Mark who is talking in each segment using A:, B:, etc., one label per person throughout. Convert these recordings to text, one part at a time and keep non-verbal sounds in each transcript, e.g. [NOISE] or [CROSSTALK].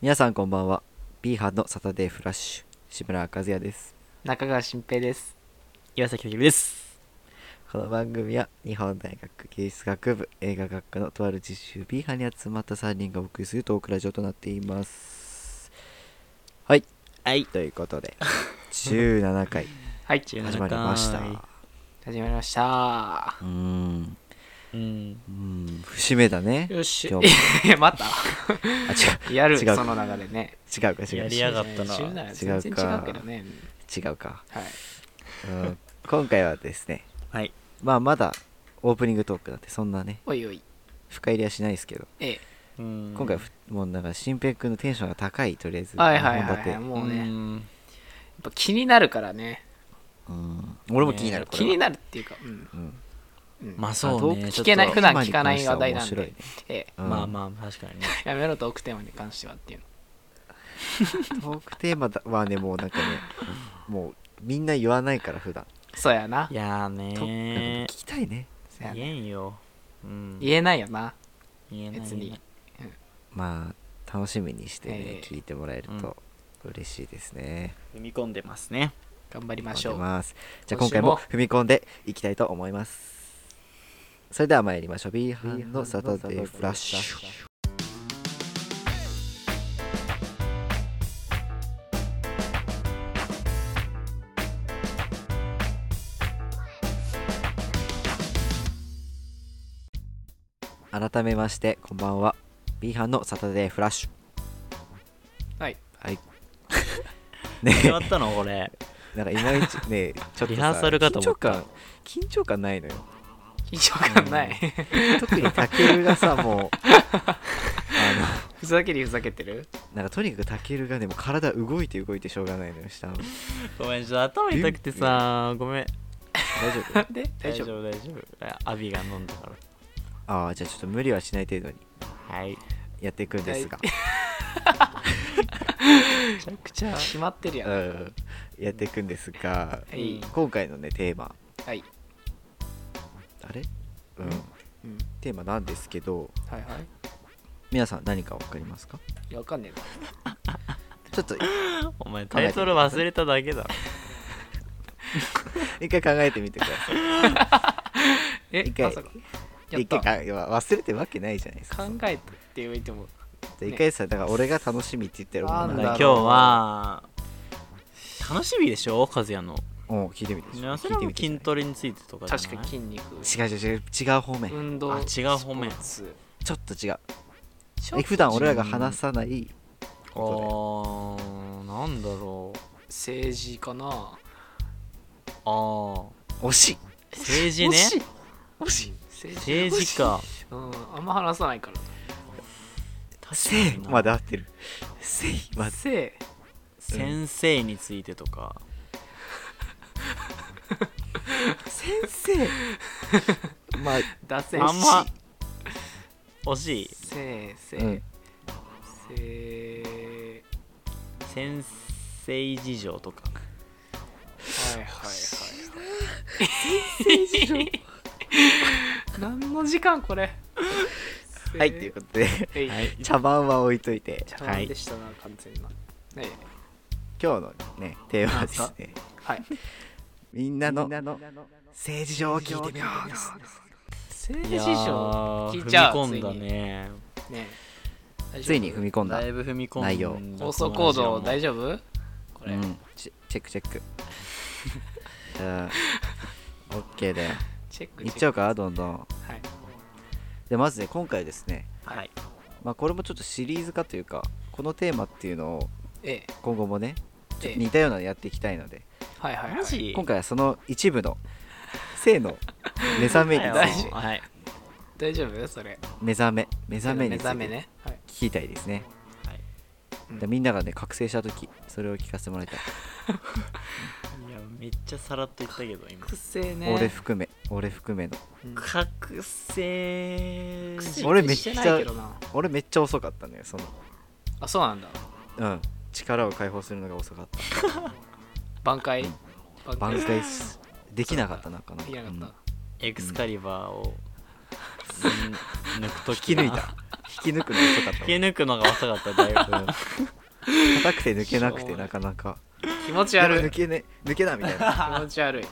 A: 皆さんこんばんは B 班のサタデーフラッシュ志村和也です
B: 中川新平です岩崎拓です
A: この番組は日本大学芸術学部映画学科のとある実習 B 班に集まった3人がお送りするトークラジオとなっていますはい
C: はい
A: ということ
C: [LAUGHS]
A: で17回
B: はい
A: 始まりました
C: は
B: 始まりました
A: うーん
C: うん
A: うーん節目だね
B: よし
A: 今日も
B: [LAUGHS] また
A: あ違う
B: やる
A: 違う
B: その流れね
A: 違うか違う
C: やり
A: 違
C: や
A: う
C: がったな
B: 違う
A: 違う
B: 全然違
A: か
B: うけどね
A: 違うか
B: はい
A: うん今回はですね
C: はい
A: まあまだオープニングトークだってそんなね
B: おいおい
A: 深入りはしないですけど
B: ええ
C: 今
A: 今回ふもうなんか新平君のテンションが高いとりあえず
B: はいはい
A: 二
B: は
A: 本
B: い
A: 立
B: は
A: て
B: いもうねやっ
C: ね
B: ぱ気になるからね
A: うん俺も気になるこれ
B: 気
A: は
B: になるっていうかうん
A: うん
B: うん
C: まあそうね
A: あ
B: 聞
C: ちょっと
B: けない普段
A: 妻に
B: 聞かない話題
A: 関
B: な
A: し
B: ん
A: ては
B: でええ
A: うん
C: まあまあ確かにね
B: やめろと奥テーマに関してはっていうの
A: トークテーマだはねもうなんかねもうみんな言わないから普段
B: そうやない
C: やー
A: トー
C: ね
A: ク聞きたいね
B: そうやな
C: ー言えんようん
B: 言えないよな
C: 言えない
B: 別に
A: まあ楽しみにしてね、
B: ええ
A: 聞いてもらえると嬉しいですね、
C: 踏み込んでますね
B: 頑張りまし
A: 頑張
B: ょ
A: って
B: う
A: ますじゃあ今回も踏み込んでいきたいと思いますそれでは参りましょう B 班のサタデーフラッシュ改めましてこんばんは B 班のサタデーフラッシュ
B: はい
C: [LAUGHS]
A: はい
C: 決まったのこれ
A: なんかいまいちねちょっとさ
C: リハーサルかと思っ
A: 緊
C: た
A: 張感緊張感ないのよ
B: 緊張感ない
A: 特にタケルがさ
C: [LAUGHS]
A: もうあ
B: [LAUGHS] ふざけりふざけてる
A: のなんかとにかくタケルがねもう体動いて動いてしょうがないのよ下の
C: ごめんちょっと頭痛くてさごめん
A: 大丈
B: な
A: 夫
B: んで大丈夫
C: 夫大丈夫あアビが飲んだか
A: ああじゃあちょっと無理はしない程度に
C: らはい
A: やっていくんですが、
C: めちゃくちゃ
B: 決まってるやん
A: う
B: は
A: ん、やっていくんですが
B: い
A: 今回のねテーマ
B: はい、
A: あれうん
B: うん、
A: テーマなんですけど
B: はいはい
A: 皆さん何か分かりますか
B: いやわかんねえな
A: ちょっと
C: お前タイトル忘れただけだろ
A: [LAUGHS] 一回考えてみてください
B: え
A: 一回
B: まさかやっ
A: 一回
B: た
A: か忘れてるわけないじゃないですか
B: 考えたって言うても
A: じゃあ一回さだから俺が楽しみって言ってるもんな
B: な
A: んん
B: だ
A: だ
B: ろ
C: 今
B: う
C: 日は楽しみでしょ和也の
A: うん聞いてみて
C: ねそ
A: 聞
C: れ
A: い
C: は
A: て
C: も
A: み
C: う
A: てじゃ
C: 筋トレについてとかじゃな
B: 確
C: い
B: かに筋肉
A: ない違う違う違う違う方面、
B: 運動
C: あ違う方面
B: スポーツ
A: ちょっと違う
B: ちょっ
A: え
B: と
A: 普段俺らが話さない
C: あーなんだろう
B: 政治かな
C: あ
A: 推し
C: あ政治ね
B: もし政治
C: 政治か
B: うんあんま話さないから
A: せい
C: 確かにな
A: まで合ってるせいまで
B: せ
C: 先生についてとか
A: 先生 [LAUGHS] まあ
B: だせ
C: あんま惜しい
B: せせ
A: うん
B: せ
C: 先生事情とか
B: はいはいはいはい。何の時間これ。
A: はいということで
B: と。
C: は
B: はい。
C: い
A: 茶番は置いといて
B: 茶碗でしたな、完全な。はい。
A: 今日のねテーマはですね
B: はい。
A: みんなの政治上を聞いてみようです
B: 政
C: いや
B: 治上
C: ー
B: 聞いちゃう
C: 踏み込んだね
B: ねえ。
A: ついに踏み込んだ
C: だいぶ踏み込んだ
A: 内容
B: 放送行動大
C: 丈
B: 丈夫これ
A: う。ん、チェチェックチェッ
B: [LAUGHS]
A: クうん OK だよ
B: チェック
A: いっ
B: チ
A: ち
B: ェ
A: ゃ
B: ッ
A: うかどんどん
B: ク。はい。
A: でまずね今回ですね、
C: 夫はい
A: まあ、これもちょっとシリーズ化というかこのテーマっていうのを
B: ええ。
A: 今後もね
B: ええ
A: 似たようなのやっていきたいので
B: はいはいはい。
C: マジ
A: 今回はその一部の性の目覚めに
C: はい
A: ついて
C: はい
B: 大丈夫それ。
A: 目覚め目覚めに
B: 目
A: つ
B: 覚
A: い
B: め
A: て
B: ね。はい。
A: 聞きたいですね
C: はい
B: うん
A: でみんながね覚醒した時それを聞かせてもらいたい、
C: いやめっちゃさらっと言ったけど今
B: 覚醒ね。
A: 俺含め俺含めの
B: うん
C: 覚醒
B: 覚醒
A: 俺めっち
B: し
A: ゃ
B: てないけどな
A: 俺めっちゃ遅かったのよその
B: あ、そうなんだ。
A: うん力を解放するのが遅かった
B: 挽回
A: うん。挽回しできなかったなかな
B: できなかった。
C: エクスカリバーを、抜くと
A: 引き抜いた引引き抜くの遅かった
C: [LAUGHS] 引
A: わ
C: き抜くのが遅かっただいぶ
A: [LAUGHS] 硬くて抜けなくてなかなか
B: 気持ち悪
A: でも
B: い
A: 抜
B: 気
A: けね抜けないみたい
B: [LAUGHS]
A: な
B: 持ち悪い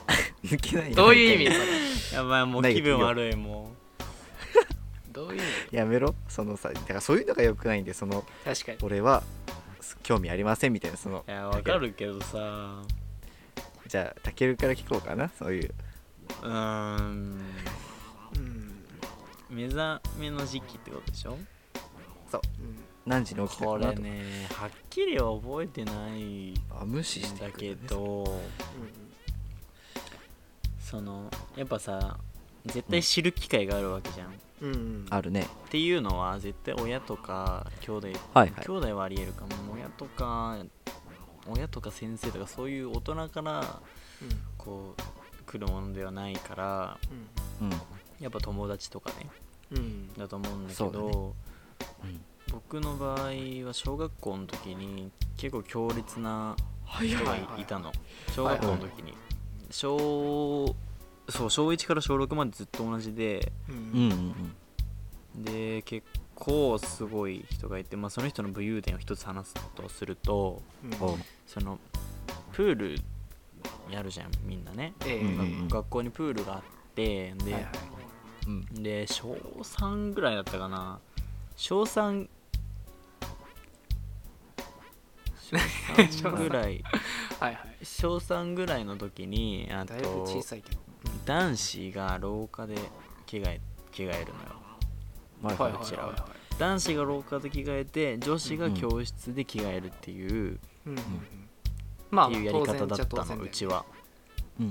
A: 抜けないよ
B: どういう意
A: み
B: 味
A: た
B: そ
A: な
B: れ
C: やばいもう
A: ないよ
C: 気分悪いも
B: どういう意味
A: やめろそのさだからそういうのが良くないんでその
B: 確かに
A: 俺はす興味ありませんみたいなその
C: ういやわかるけどさ
A: じゃあたけるから聞こうかなそういう
C: うーん
B: うん
C: 目覚めの時期ってことでしょ
A: 何時に起きた
C: こ
A: かな
C: れ
A: とか、
C: ねはっきりは覚えてないん
A: あ無視して
C: だ
A: いくよ
C: け
A: ね
C: どそのやっぱさ絶対知る機会があるわけじゃん、っ
B: うんうん
A: あるね
C: ていうのは絶対親とか兄弟、
A: はいはい
C: 兄弟はありえるかも親とか親とか先生とかそういう大人から
B: うん
C: こう来るものではないから
A: うん
C: やっぱ友達とかね
B: うんうん
C: だと思うんだけ
A: そうだね
C: ど僕の場合は小学校の時に結構強烈な
A: はい
C: 人が
A: はいい
B: はい
C: いたの小学校の時に小そう小1から小6までずっと同じで
B: う
A: うんうんんうん
C: で結構すごい人がいて、まあ、その人の武勇伝を一つ話すとすると
A: おう
C: そのプールやるじゃんみんなね、
B: ええ
A: うん
C: 学学校にプールがあってで,、
B: はいはい
A: うん
C: で小3ぐらいだったかな小3
B: 小
C: 小3
B: 三
C: ぐらい
B: はいはい
C: 小3ぐらいの時にあ
B: だいぶ
C: と
B: 小さいけど
C: 男子が廊下で着替え着替えるのよ
A: はい
B: は
A: はいい
B: はいはいは
C: 男子が廊下で着替えて女子が教室で着替えるってい
B: い
C: う、
B: うんうんうんまあ
C: っていうやり
B: 当
C: 方
B: 然
C: だ
B: っちゃ
C: っ
B: 当
C: た
B: 然
C: の
B: だ
C: う
B: よ
C: ちは
A: うん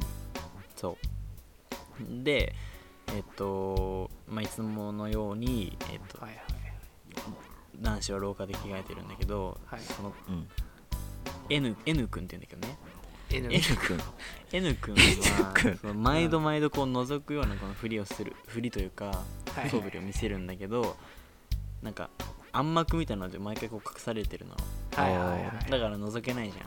C: そうでえっと、まあ、いつものように、えっと
B: はいはい
C: 男子は廊下で着替えてるんだけど、
B: はい
C: その
A: うん
C: N, N 君って言うんだけど
B: N
C: ね N 君 N
B: [LAUGHS]
C: 君は
A: 君
C: その毎度毎度こう覗くようなこのふりをするふりというか
B: はい
C: 素振りを見せるんだけどなんか暗幕みたいなので毎回こう隠されてるの
B: はいはいはい
C: だから覗けないじ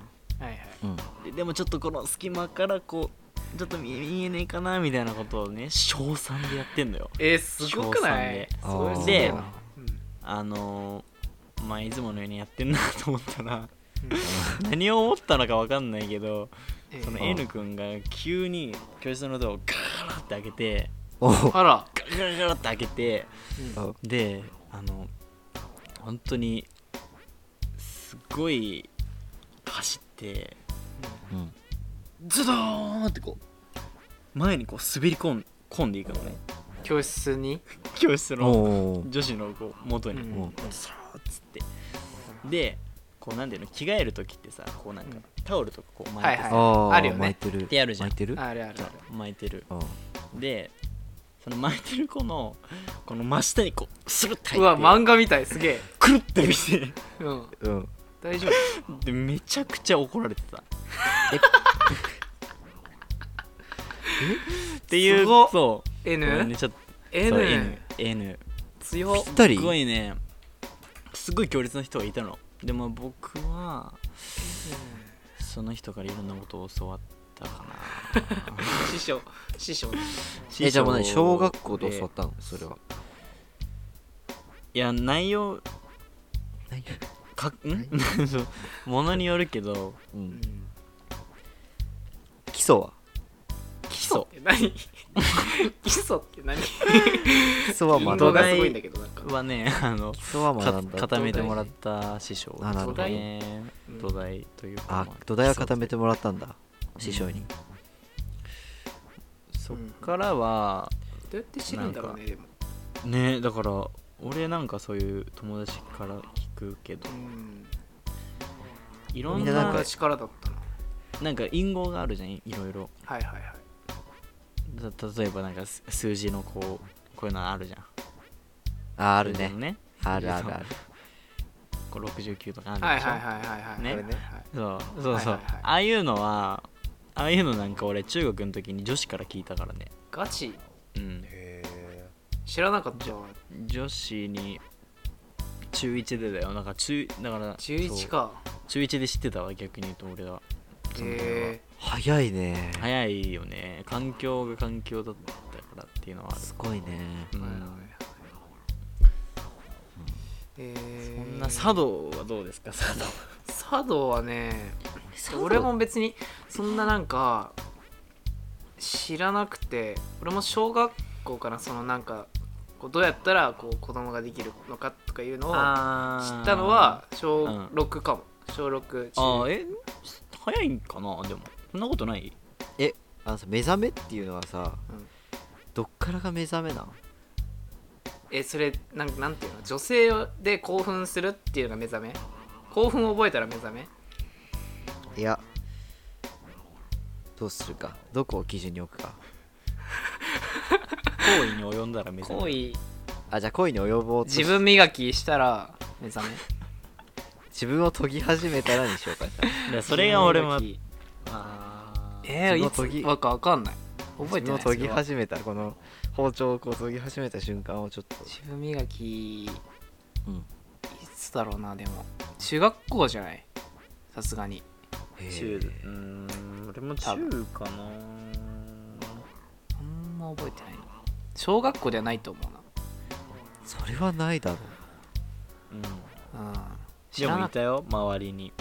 C: ゃん
B: はいはい
A: うん
C: ででもちょっとこの隙間からこうちょっと見見えねえかなみたいなことをね小賛でやってんだよ
B: えー、すごくない
A: 小三で
B: それ
C: です
B: ごいなうん
C: あのー、まあいつものようにやってんなと思ったら
B: うん
C: [LAUGHS] 何を思ったのか分かんないけど
B: えー
C: その
A: ええ
C: N 君が急に教室のドアをガラッて開けて
A: おう
B: あら、
C: ガラガラガラッて開けて
A: おう
C: であの本当にすごい走って
A: うん
C: ズドーンってこう前にこう滑り込ん込んでいくのね
B: 教室に、
C: 教室の
A: おう
C: 女子のこう元に、
A: ん
C: そーっつってでこうなんていうの着替える時ってさこうなんか
B: うん
C: タオルとかこう巻いて
B: は
C: さ、
A: あ
B: い
A: ー
B: あるよね
A: 巻いてる
C: でやるじゃん
A: 巻いてる
B: あれあれあ
C: 巻いてる
A: おう
C: でその巻いてる子のこの真下にこうするっ
B: れ
C: て入
B: う
C: って
B: わ漫画みたいすげえ、
C: くるって見て
B: うん、
A: うん
B: 大丈夫
C: でめちゃくちゃ怒られて
A: [LAUGHS]
C: たっていう
B: すごっ
C: そうごめん
B: N?
C: ねちょっとそう
B: N?
C: N
B: 強っ
A: ぴったり
C: すごいねすごい強烈な人がいたのでも僕はその人からいろんなことを教わったかな
B: 師匠師匠
A: えじゃあもう何小学校で
C: で
A: 教わったのそれはい
C: や内容かん [LAUGHS] そうものによるけど
A: う
B: うんん
A: 基礎は
B: 基
C: 基
B: 礎
C: 礎
B: って何 [LAUGHS] 基礎って何
A: 基礎は学ん
B: 動画
A: だ
B: すごいんだけどなんか
C: はねあの
A: 基礎は学
C: か
A: んだ
C: 固めてもらった師匠
A: あなるほど
C: ね
B: うん
C: 土台というか
A: あ
C: まあ
A: 土台は固めてもらったんだ師匠に
C: そうそっからは
B: どうやって知るんだろうねでも
C: ねだから俺なんかそういう友達から聞くけど
B: うん
C: いろ
B: み
C: ん
B: ん
C: な
B: な
C: な
B: なんん
C: か
B: か力だったな
C: 隠語があるじゃんいいろいろ
B: はいはいはい
C: た例えばなんかす数字のこうこういうのあるじゃん
A: あ
C: あ
A: あるね
C: ね
A: あるあるある
C: こう69とかあるでしょ、
B: はいはいはいはいはい
C: ね
B: これはい
C: そうそうそう、
B: はいはいはい
C: ああいうのはああいうのなんか俺中学の時に女子から聞いたからね
B: ガチ
C: うん
B: 知らなかったわ
C: 女子に中1でだよなんか中だから
B: 中1
C: そう
B: か
C: 中1で知ってたわ逆に言うと俺はその辺は
B: へ
A: 早いね
C: 早いよね環境が環境だったからっていうのはある
A: すごいね
C: う
B: えはいはい
C: ん
B: はいえー
C: こんな茶道はどうですか茶道
B: 茶道はね
A: 茶道
B: 俺も別にそんななんか知らなくて俺も小学校からそのなんかこうどうやったらこう子供ができるのかとかいうのを知っ
C: あー
B: たのは小
C: うん
B: 6かも、小6
C: あ
B: 中
C: ーえ早いんかなでもそんなこと [LAUGHS] ない
A: あのさ目覚めっていうのはさ、
B: うん
A: どっからが目覚めなん
B: えそれなんなんていうの女性で興奮するっていうのが目覚め興奮を覚えたら目覚め
A: いやどうするかどこを基準に置くか
C: 行為に及んだら目覚め
B: 行
C: る
B: 為
A: あじゃあ恋に及ぼうとし
B: 自分磨きしたら目覚め
A: 自分を研ぎ始めたらにしよう
B: [LAUGHS]
A: かじゃあ
C: い [LAUGHS] やそれが俺も
B: 自分磨き
C: あー
B: えー、
A: 自分を研
B: い
A: ぎ
B: つわかわかんない覚えてない
A: 自分を研ぎ
B: それは
A: 始めたこの包丁をこう研ぎ始めた瞬間をちょっと
B: 自分磨きい
A: うん
B: つだろうなでも中学校じゃないさすがに
C: 中うーん俺も中
B: 多分
C: かな
B: あんま覚えてないな小学校ではないと思
A: それはないだろう
C: うん
B: うなうん知
C: で
B: ら
C: もい
B: なく
C: たよ周りに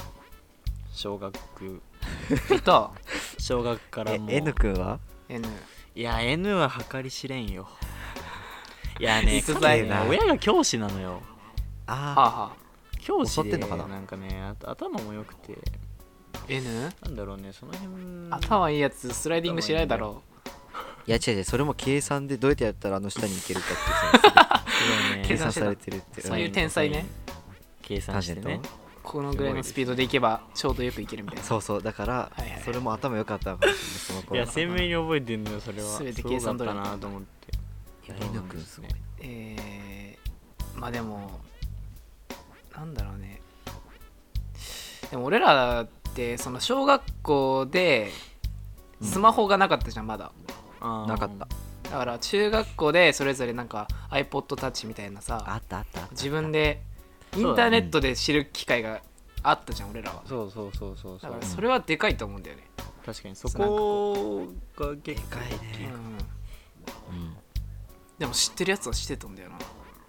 C: 小学
B: ていた
C: 小学から
A: え
C: もう
A: N 君は
B: N
C: いや N は計り知れん
A: [LAUGHS]
C: よいやね
B: 実
A: 在
C: 彼ね親が教師なのよ
A: あ
B: はあ
A: あ
B: はあ
C: 教師で
A: 教わってんのかな
C: なんかねあと頭も良くて
B: N?
C: なんだろうねその辺
B: 頭いいやつスライディングしないだろ
A: いや違う違うそれも計算でどうやってやったらあの下に行けるかっていう
C: すごいね
A: 計算
B: して
A: さ
B: た
A: れてるって
B: そういう天才ね
C: 計
A: タ
C: 算
A: ン
C: し
A: ジ
C: て
A: ェン
C: ね
A: ト
B: うこのぐらいのスピードでいけばちょうどよくいけるみたいな
A: そうそうだから、
B: はいはい
A: それも頭良かったのかもしれないその
C: い
A: 頃
C: や鮮明に覚えてんのよそれは
B: 全て計算通り
C: す
B: だった
C: ごかったなと思って
A: いや N 君すごいな
B: えー、まあでもなんだろうねでも俺らってその小学校で
A: うん
B: スマホがなかったじゃんまだ、
C: あー
A: なかった
B: だから中学校でそれぞれなんか iPodTouch みたいな
A: あ
B: さ
A: ったあったあった
B: 自分でイ
C: そうだね
B: ンターネットで知る機会があったじゃん俺らは
C: そうそうそうそうそ
B: だ
C: う
B: からそれはでかいと思うんだよね、
C: 確かにそこが結構
A: でかいね
B: うん
A: うん
B: でも知ってるやつは知ってたんだよな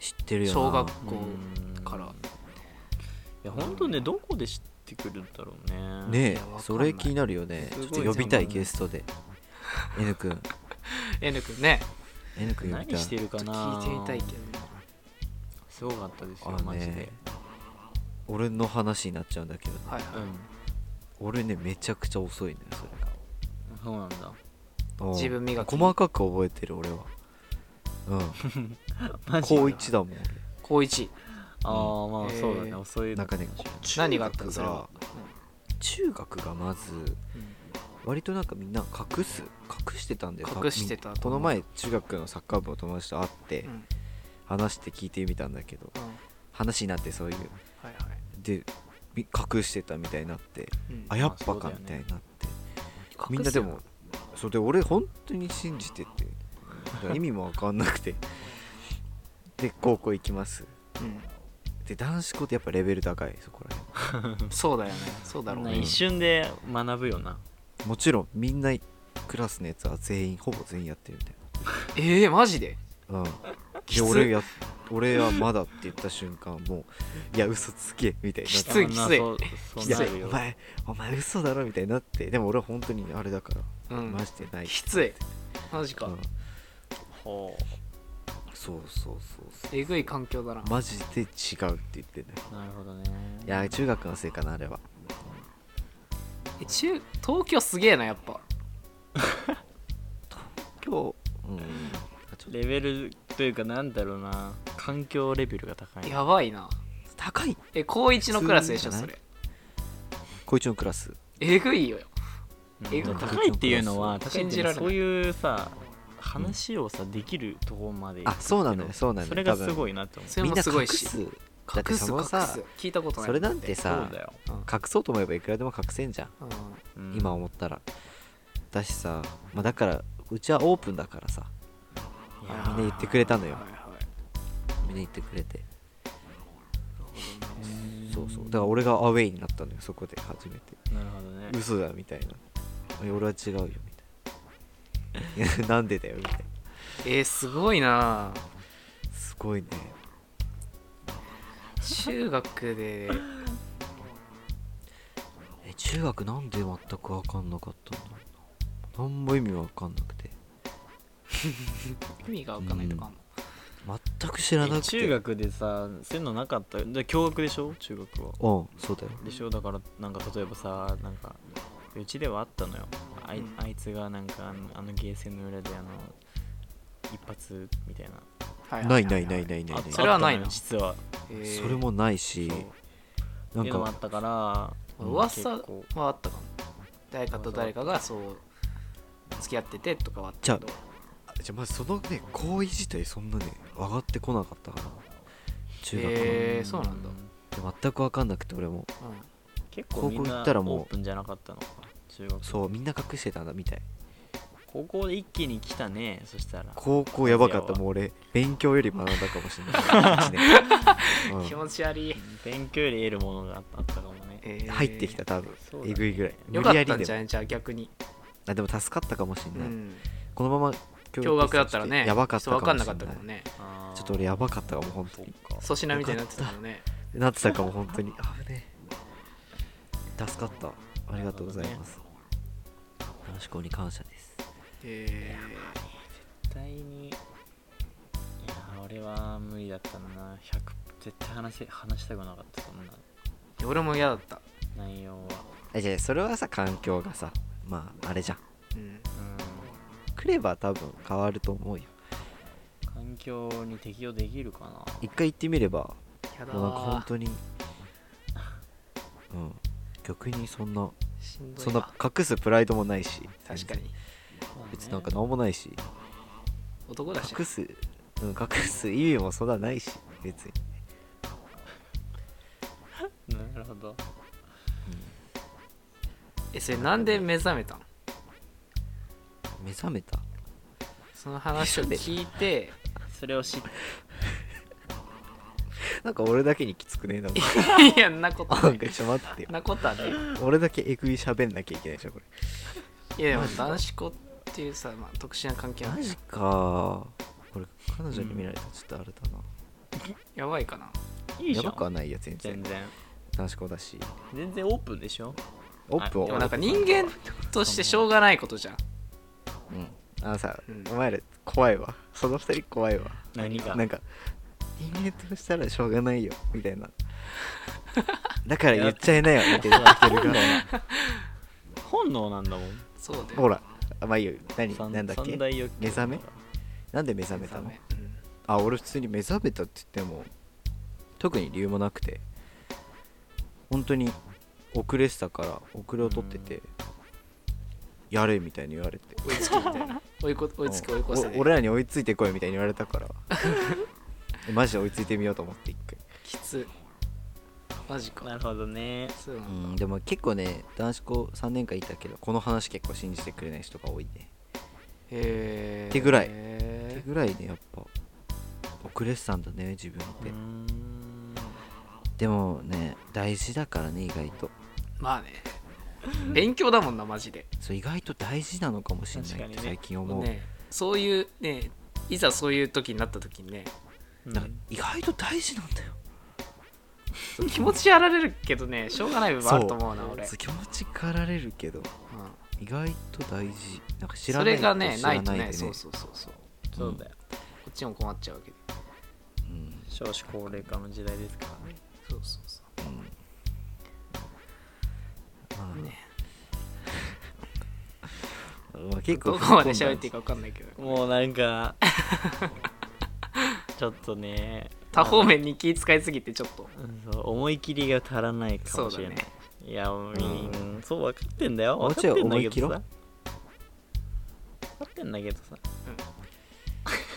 A: 知ってるよな
B: 小学
C: う
B: 校
C: ん
B: から
C: いや本当ねどこで知ってくるんだろうね
A: ね
B: い
A: え
B: やわかんない
A: それ気になるよねちょ
C: すごい
A: っと呼びたい
C: じゃん
A: ゲストで N 君
B: N 君ね
A: N 君呼び
C: 何
A: た
C: して
A: い
C: るか
B: ちょっと
C: な
B: 聞いてみたいけどな
C: すごかったですよ
A: あのね
C: マジで
A: 俺の話になっちゃうんだけど
B: はいは
C: う
B: い、
C: ん
A: 俺ねめちゃくちゃ遅いのよそれが
C: そうなんだ
A: うん
B: [LAUGHS] 自分磨き
A: 細かく覚えてる俺はうん
C: マジで
A: 高一だもん
B: 高1
C: ああま
B: へ
C: あ
B: ー
C: そうだね遅い
A: 俺なんかね
B: 何があったの
A: 中学
B: それは
A: 中学がまず割となんかみんな隠す隠してたんだよ
B: 隠してた
A: みんこの前中学のサッカー部の友達と会って
B: うんうん
A: 話して聞いてみたんだけど
B: うん
A: 話になってそういう
B: はいはい
A: でみ隠してたみたいになって
B: うん
A: あやっぱ
C: まあそう
A: か
C: だよ
A: み
C: ね
A: たいになって、
B: 隠すよ
A: みんなでもそうで俺本当に信じててだ
B: [LAUGHS]
A: から意味も分かんなくてで高校行きますで男子校ってやっぱレベル高いそこら辺
B: うんそうだよねそうだろう
C: な
B: ね
C: 一瞬で学ぶよな
A: もちろんみんなクラスのやつは全員ほぼ全員やってるみたい
B: ええマジで
A: なうん
B: きつ
A: で俺や俺はまだって言った瞬間もういや嘘つけみたいになっ
B: きつい
C: あ
B: きつい
C: まあそう
A: て
C: そう
A: いや
C: なるよ
A: お前お前嘘だろみたいになってでも俺は本当にあれだから、
B: うん
A: マジでない
B: きついマジ
A: う
B: か
A: ん
C: ほ
A: そうそうそうそう
B: えぐい環境だな
A: マジで違うって言ってね
C: うなるほどね
A: いや中学のせいかなあれは
B: え中東京すげえなやっぱ
A: 今日うんちょっ
C: レベルというかなんだろうな環境レベルが高い
B: やばいな
A: と高い
B: え高1のクラスでしょ
A: 普通
B: そ
A: に
B: れ
A: こいつのクラス
B: えぐいよ
C: うん
B: え
C: 高いっていうのは高いっ
B: 信
C: てい
B: じ
C: う
B: られな
C: のは
B: い
C: そういうさ話をさできるところまで行く
A: あそうなのよそうなのよ
C: それがすごいなって思う
B: それ
A: みん
B: も
A: な
B: すご
A: 隠
B: いし
A: すだって
B: 隠す
A: その
B: 隠す
A: さ
B: 聞いたことない
A: それなんて
C: そう
A: さ
C: だよ
A: 隠そうと思えばいくらでも隠せんじゃん、
B: うん
C: うん
A: 今思ったらだしさ、まあ、だからうちはオープンだからさ
C: い
A: みん
C: や
A: な言ってくれたのよ
B: はいはい
A: みんな言ってくれて
C: うん
A: そうそうだから俺がアウェイになったのよそこで初めて
C: なるほどね
A: 嘘だみたいないや俺は違うよみたいないやなんでだよみたいな
B: えーすごいな
A: すごいね
B: 中学で
A: え中学なんで全く分かんなかったんだろうな何も意味分かんなくて
B: 意味が分かんないとかあんの
A: 全く知らな
C: え
A: くて
C: 中学でさせんのなかったで共学でしょ中学は
A: うんそうだよ
C: でしょだからなんか例えばさなんかうちではあったのよあい,、
B: うん
C: あいつがなんかあのあのゲーセンの裏であの一発みたいな
B: は
A: ないないない
B: い
A: ないないない
C: あ
B: それはないの
C: あった実は
B: えー
A: それもないし
C: そう
A: な
C: っ
A: ん
C: ていうのもあ
A: か
C: ったから
B: 噂
C: 結構
B: はあったかも誰かと誰かがそう付き合っててとかはあったけど
A: あじゃあまずそのね行為自体そんなね上がってこなかったから中学の、
B: へえーそうなんだ
A: で全く分かんなくて俺も
B: う
C: 結構みん
A: 高校行
C: な
A: ったらもう
C: オープンじゃなかったのか中学
A: そうみんな隠してたんだみたい
C: 高校で一気に来たねそしたら
A: 高校やばかったもう俺勉強より学んだかもしれない、
B: ん
A: 一
B: 気
A: 年
B: 持ち悪い、
C: 勉強より得るものがあったかもね
B: え
A: うん
B: ー
A: 入ってきた多分
C: そうだね
A: えぐいぐらい
B: よ
A: 無
B: か
A: 理
B: っ
A: や
B: たん
A: り
B: じ
A: で
B: ゃな
A: も
B: いじゃあ逆に、
A: あでも助かったかもしれ
B: う
A: ない、
B: ん、
A: このまま
B: 驚愕だったらね
A: やばかった
B: ちょっと分かんなか
A: も
B: っ
A: しれ
B: た
A: ない
B: もんね
C: あー
A: ちょっと俺やばかったかも本当に
C: そっか
B: 粗品みたいになってたもんね
A: なってたかも本
B: [LAUGHS]
A: 当に危ねえ助かったありがとうございます男子校に感謝です
B: え
C: 絶対にいやー俺は無理だったな100絶対話せ話したくなかったそんな
B: ー俺も嫌だった、
C: 内容は
A: えじゃあそれはさ環境がさまああれじゃん
B: うん、
C: う
A: 来れば多分変わると思うよ
C: ん環境に適応できるかな
A: 一回行ってみれば
B: やだ
A: もうなんか本
B: ー
A: 当にうん逆にそんな
B: しんどい
A: そんな隠すプライドもないし
B: 確かに
A: 別になんか何もないし
B: 男だし
A: 隠す、うん、隠す意味もそんなないし別に
C: なるほど
B: えそれなんで目覚めたの
A: 目覚めた
B: その話を聞いて
C: それを知っ
A: なんか俺だけにきつくねえな
B: いやんなこと
A: な
B: なんい
A: かちょっと待ってよ
B: なことはない
A: 俺だけえぐい喋んなきゃいけないでしょこれ
B: いやでも男子校っていうさ、まあ、特殊な関係は
A: マジかこれ彼女に見られたらちょっとあれだな、
B: やばいかな
C: ていいじ
A: や
C: ゃ
A: ばくは
C: ん
A: ないよ全
C: 全
A: 然
C: 然
A: 男子校だし
C: 全然オープンでしょ
A: オップ
C: あ
A: を
B: でもなんか人間としてしょうがないことじゃん
A: うんあのさ、
B: うん
A: お前ら怖いわその二人怖いわ
C: 何が
A: なんか人間としたらしょうがないよみたいなだから言っちゃいなよみたいな言ってるから
C: 本能なんだもん
B: そうだよ
A: ほらあまあいいよ何
C: 三
A: なんだっけ
C: 三大欲求
A: 目覚めなんで目覚めたの
B: 目覚めうん
A: あ俺普通に目覚めたって言っても特に理由もなくて本当に遅れてたから遅れを取っててやれみたいに言われて
B: 追いつけみたいな追いこ追いつけ追い越せ
A: お俺らに追いついてこいみたいに言われたから [LAUGHS] マジで追いついてみようと思って一回
B: きつマジか
C: なるほどね
B: そうな
A: うん
B: だ
A: んでも結構ね男子校3年間いたけどこの話結構信じてくれない人が多いね
B: へえ
A: ってぐらいって
B: へ
A: ぐらいねやっぱ遅れてたんだね自分っ
C: う
A: て、
C: ーん
A: でもね大事だからね意外と
B: ーまあね勉強だもんなマジで
A: そう意外と大事なのかもしれな
C: 確か
A: いっ
C: に
A: て
C: ね
A: 最近思う、
B: ねそういうねいざそういう時になった時にね
A: なんか意外と大事なんだよ、
B: そう気持ちやられるけどねしょうがない部分あると思うな
C: そう
B: 俺、うん
A: そう気持ちかられるけど意外と大事なんか知ら
B: そ
A: ない
B: れ
A: と
B: がね
A: 知
B: な
A: ら
B: いと
A: ないで
B: ね
A: ね
B: そうそうそうそうこ
C: そうだよ
B: っちも困っちゃうわけで
A: うん
C: 少子高齢化の時代ですからね
B: そうそうそ
A: ま
B: う
A: あ
B: ね
A: [LAUGHS] まあ結構
B: どこまで喋っていいか分かんないけど
C: もうなんかちょっとね
B: 多方面に気使いすぎてちょっと
C: うんそう思い切りが足らないかもしれない、
B: そう
C: いやも
A: ん
C: う、うんそう分かってんだよ
A: もう
C: 分
A: ち
C: か
A: ょ
C: っ
A: い
C: てんだけど
A: 思
C: さ
A: い
C: 分かってんだけどさ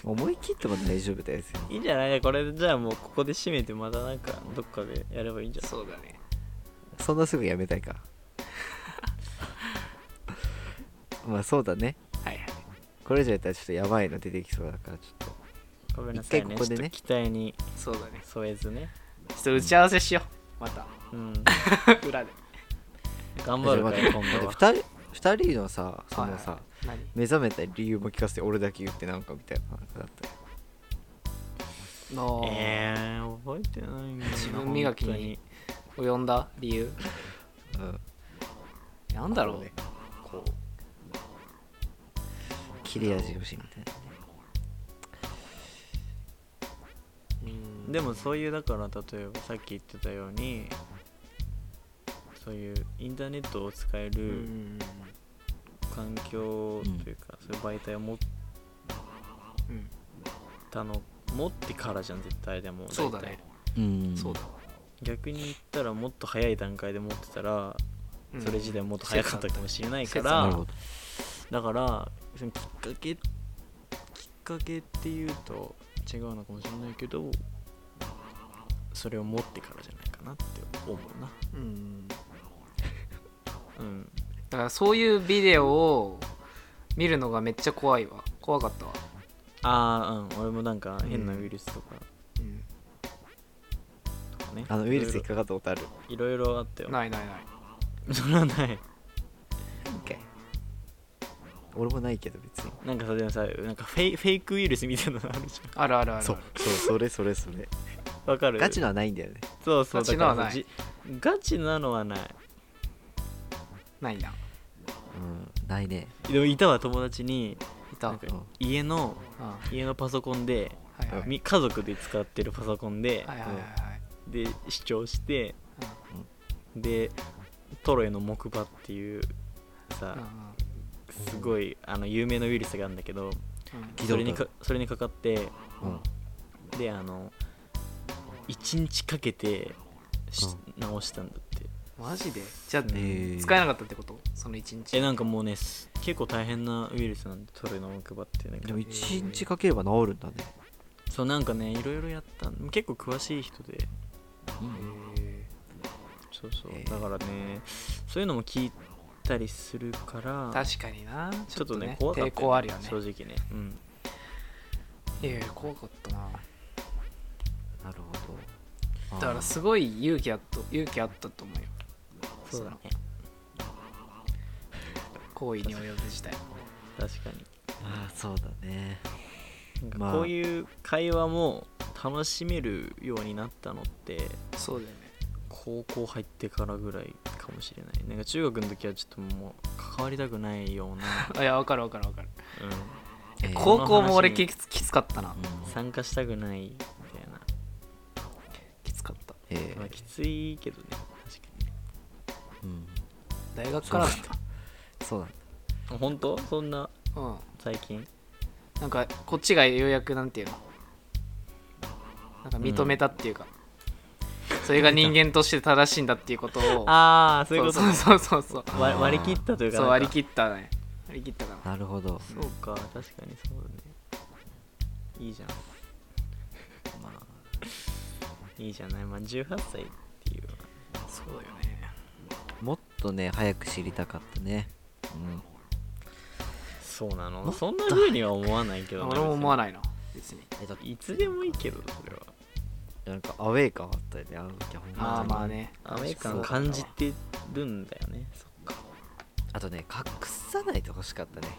A: 思い切っても大丈夫だよ全然
C: いいんじゃないこれでじゃあもうここで締めてまたなんかどっかでやればいいんじゃない
B: そうだね
A: そんなすぐやめたいか [LAUGHS] まあそうだね
B: はいはい
A: これ以上やったらちょっとやばいの出てきそうだからちょっ
C: ごめんなさいね
A: 一回ここでね
C: ちょっと期待に
B: そうだね
C: 添えずね
B: ちょっと打ち合わせしようまた [LAUGHS]
C: うん
B: 裏で
C: 頑
A: と
C: 張るか
A: 待 [LAUGHS]
C: ら
A: って
C: 今度は
A: 待って二人二人のさそのさ、
B: はいはい何
A: 目覚めた理由も聞かせて俺だけ言ってなんかみたいななんかだったよ
B: の
C: えー、覚えてないんだよな
B: 自分磨きに
C: 本当に
B: 及んだ理由
A: うん、
B: なんだろう
A: こうねこう切れ味欲しいみたいな
B: うん
C: でもそういうだから例えばさっき言ってたようにそういうインターネットを使え
B: う
C: る
B: ん
C: 環境というか、そういう媒体を持っ
B: うん
C: たの持ってからじゃん絶対でも
B: そうだ
C: 大
B: ね
C: 体
A: うん
B: そうだわ
C: 逆に言ったらもっと早い段階で持ってたら、
B: うん
C: それ自体もっと早かったかもしれないか
B: あ
A: な
C: ら
A: るほど
C: だからそのきっかけきっかけっていうと違うのかもしれないけどそれを持ってからじゃないかなって思うな
B: うんだ
C: うん
B: からそういうビデオを見るのがめっちゃ怖いわ怖かったわ
C: ああうん俺もなんか変な
B: うん
C: ウイルスとか
B: うん
C: とかね、
A: あのウイルス
C: い
A: 引っかかったことある
C: ろいろいろあったよ
B: ないないない
C: それはない
A: 俺もないけど別に
C: なんかさでもさなんかフェイフェイクウイルスみたいなのあるじゃ
B: あるあるある
A: そうそうそれそれそれ
C: んわかる
A: ガチのはないんだよね
C: そうそう
B: ガチのは
C: だからさじガチなのはない
B: ないな
A: うんないね
C: でもいたわ友達に
B: いた
C: なんか
A: うん
C: 家の
B: うんはい
C: 家のパソコンで
B: はいはい
C: み家族で使ってるパソコンで、
B: はいはいはい
C: で視聴してでトロイの木馬って
B: う
C: いう
B: んうん
C: さすごいあの有名なウイルスがあるんだけど
B: うん
A: 聞いたこと
C: そ
A: ある
C: れにかそれにかかって
A: うん
C: であの1日かけてし直したんだって
B: マジでじゃあ、
A: えー
B: 使えなかったってことその一日
C: えなんかもうねす結構大変なウイルスなんでトロイの木馬ってなんか
A: でも1日かければ治るんだね
C: そうなんかねいろいろやったん結構詳しい人で
B: え
C: そうそう
A: えー
C: だからねそういうのも聞いたりするから
B: ー確かにな
C: ちょっとね
B: ちょ
C: 怖かった
B: 抵抗あるよね
C: 正直ねうん
B: いやいや怖かったな
A: なるほど
B: だからすごい勇気あった勇気あったと思うよ
C: そうだね
B: 行為に及ぶ自体
C: 確かに
A: あーそうだね
C: なん
A: ま
C: か
A: あ
C: こういう会話も楽しめるようになったのって
B: そうだよね
C: 高校入ってからぐらいかもしれないなんか中学の時はちょっともう関わりたくないような、 [LAUGHS]
B: あいや分かる分かる分かる
C: う
A: えー
B: 高校も俺
C: この話に
B: きつきつかったな
A: うん
C: ん、参加したくないみたいな、
B: きつかった
A: えー
C: まあ、きついけどね確かにね
A: うん
B: 大学からだっ
A: そうなんだ
C: あ本当そんな
B: たうん
C: 最近
B: なんかこっちがようやくなんていうのなんか認めたっていうか、それが人間として正しいんだっていうことを
C: [LAUGHS] ああそういうこと
B: そうそうそうそう
A: と
C: 割割り切ったというか
B: そう割り
C: っ
B: 切ったね割り切ったかな
A: なるほど
C: そうか確かにそうだねい [LAUGHS] いじゃん
A: まあ
C: いいじゃないまあ18歳っていうのは
B: そうだよね
A: もっとね早く知りたかったねうん
C: そうなのそんな風には思わないけど
B: 俺も思わ
C: な
B: ないな別に
A: えだって
C: いつでもいいけどそれは
A: なんかアウェイ感あったよねあの時はほんとに
B: まあまあね
C: アメリカン感じてるんだよねそっか
A: あとね隠さないでほしかったね
B: い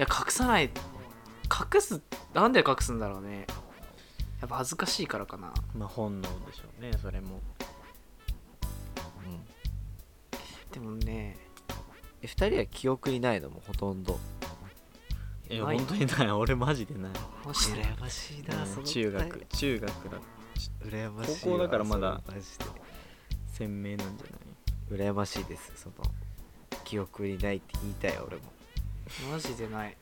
B: や隠さない隠すなんで隠すんだろうねやっぱ恥ずかしいからかな
C: まあ本能でしょうねそれも
A: うん
B: でもね
A: え2人は記憶にないのもほとんど
C: え
B: ない
C: 本当にない [LAUGHS] 俺マジでない
B: マジで
A: ましい
C: うん中学中学だ
A: 羨ましいわ
C: 高校だからまだ
A: それマジで
C: 鮮明なんじゃない
A: 羨ましいですその記憶にないって言いたい俺も
B: マジでない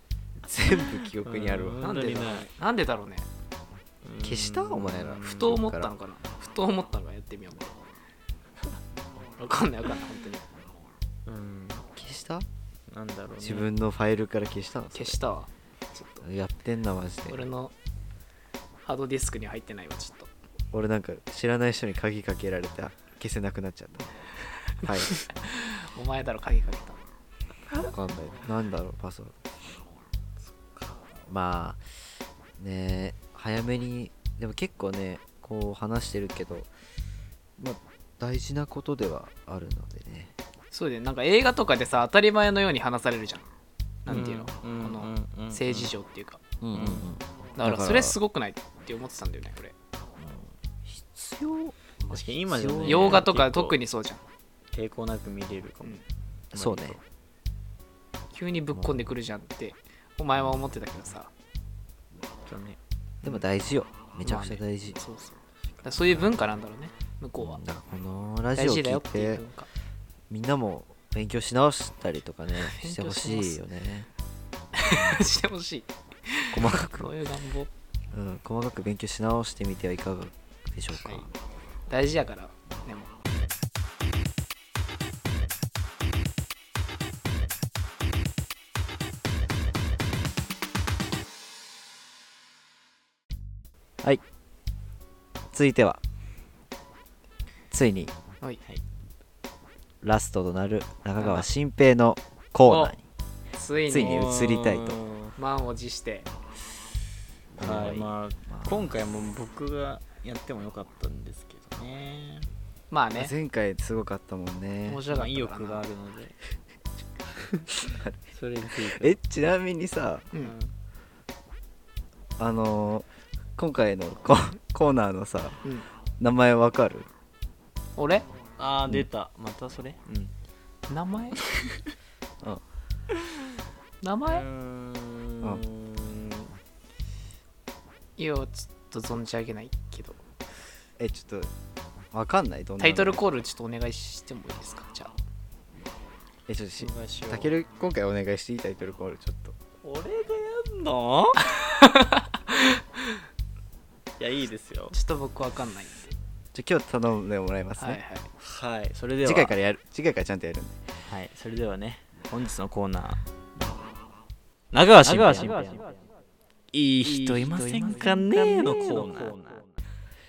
A: 全部記憶にある
C: うん
A: わ
B: なんでだろう
C: 本当にない
B: なんでだろうね
C: うん
A: 消したお前ら
B: ふと思ったのかなふと思ったのがやってみよう [LAUGHS] わかんないわかんない本当に
C: うん
A: 消した
C: なんだろうね
A: 自分のファイルから消したの
B: 消したわちょっ
A: たやってんなマジで
B: と俺のハードディスクには入ってないわちょっと
A: 俺なんか知らない人に鍵かけられた消せなくなっちゃったはい
B: お前だろ鍵かけた
A: わかんないなんだろうパスワードまあねえ早めにでも結構ねこう話してるけどまあ大事なことではあるのでね
B: そうだよなんか映画とかでさ当たり前のように話されるじゃんなんていうの、
C: ん
B: この
C: うんうんうん
B: 政治上っていうか
A: うん
C: うんうん
B: だか
A: だから
B: らそれすごくないって思ってたんだよね俺
A: 必要
C: 確かに今じゃね
A: 必要
B: 洋画とか
C: 結構
B: 特にそうじゃん
C: 抵抗なく見れるかも、
B: うん
A: そうね
B: 急にぶっ込んでくるじゃんってお前は思ってたけどさ
C: 割とね
A: でも大事よめちゃくちゃ大事、
B: そうそうだからそういう文化なんだろうね向こうは
A: だからこのラジ
B: 大
A: オ
B: 事だ
A: 聞
B: よ
A: い
B: っていう
A: て
B: 文化
A: みんなも勉強し直したりとかね
B: [LAUGHS] 勉
A: して
B: 強
A: ほ
B: します
A: しいよ
B: [LAUGHS]
A: ね
B: してほしい
A: 細かく
B: そういう願望
A: うん、細かく勉強し直してみてはいかがでしょうか、
B: はい大事やからでも
A: 続いてはついに
B: はい
A: ラストとなる中川新平のコーナーに
B: ついに
A: ついに移りたいと
B: 満を持して
C: はい、
A: はい
C: ま
A: ま
C: あ
A: あ
C: 今回も僕がやってもよかったんですけどね
B: まあね
A: 前回すごかったもんね
B: 面白かったからな
C: 意欲があるのでそれについて
A: えちなみにさ
B: うん
A: あのー今回のココーナーのさ
B: うん
A: 名前わかる
B: 俺
C: ああ出た、またそれうん
B: 名前
A: うん
B: 名
C: うー
B: 前
C: ん
B: いやちょっと存じ上げないけど
A: えちょっとわかんないどんな
B: タイトルコ
A: ー
B: ールちょっとお願いしてもいいですかじゃあ
A: えちょっとし
C: どうしよう
A: たける今回お願いしていいタイトルコールちょっと
C: 俺でやんのいやいいですよ
B: ちょっと僕わかんないんで
A: じゃあ今日頼んでもらいますね、
B: はいはい
C: はいそれでは
A: 次回からやる次回からちゃんとやるんで
C: はいそれではね本日のコーナー長川新平いい人いませんかねのコーナー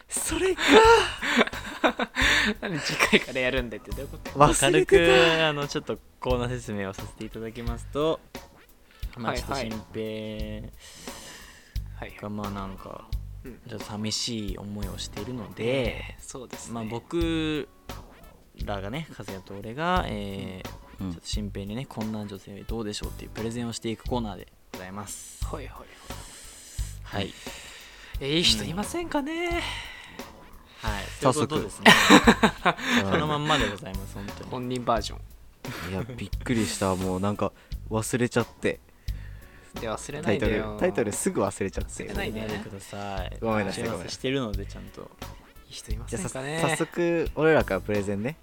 A: それか
B: なんで次回からやるんでってどういうこと
A: 忘れ
C: 軽
A: てた
C: くあのちょっとコーナー説明をさせていただきますと、まあ、
B: はい
C: ちょっと
B: はい
C: 新平
B: はい
C: がまあなんか
B: うん
C: ちょっと寂しい思いをしているので
B: で、そうですね
C: まあ、僕らがね和也と俺が、えー
A: うん
C: ちょっと新平にねこんな女性どうでしょうっていうプレゼンをしていくコーナーでございます
B: はいはい
C: はい
B: えいい人いませんかね
C: はい
A: 早
C: と
A: 速
C: いうこと [LAUGHS] ですね
A: うん
C: そのまんまでございます本当に
B: 本人バージョ
A: いやびっくりしたもうなんか忘れちゃって
B: ンで忘れな
A: タ
B: い
A: イト
B: で
A: ル
B: よ
A: タイトルすぐ忘れちゃって
B: 忘れないで
C: 見ないでください
A: ごめんなさい
C: 打ち
A: ご
C: 合
A: めんな
C: わせ
A: さい
C: してるのでちゃんと
B: いい人いま
A: じ
B: せ
A: ゃあ
B: ん
A: さ
B: かね
A: 早速俺らからプレゼンね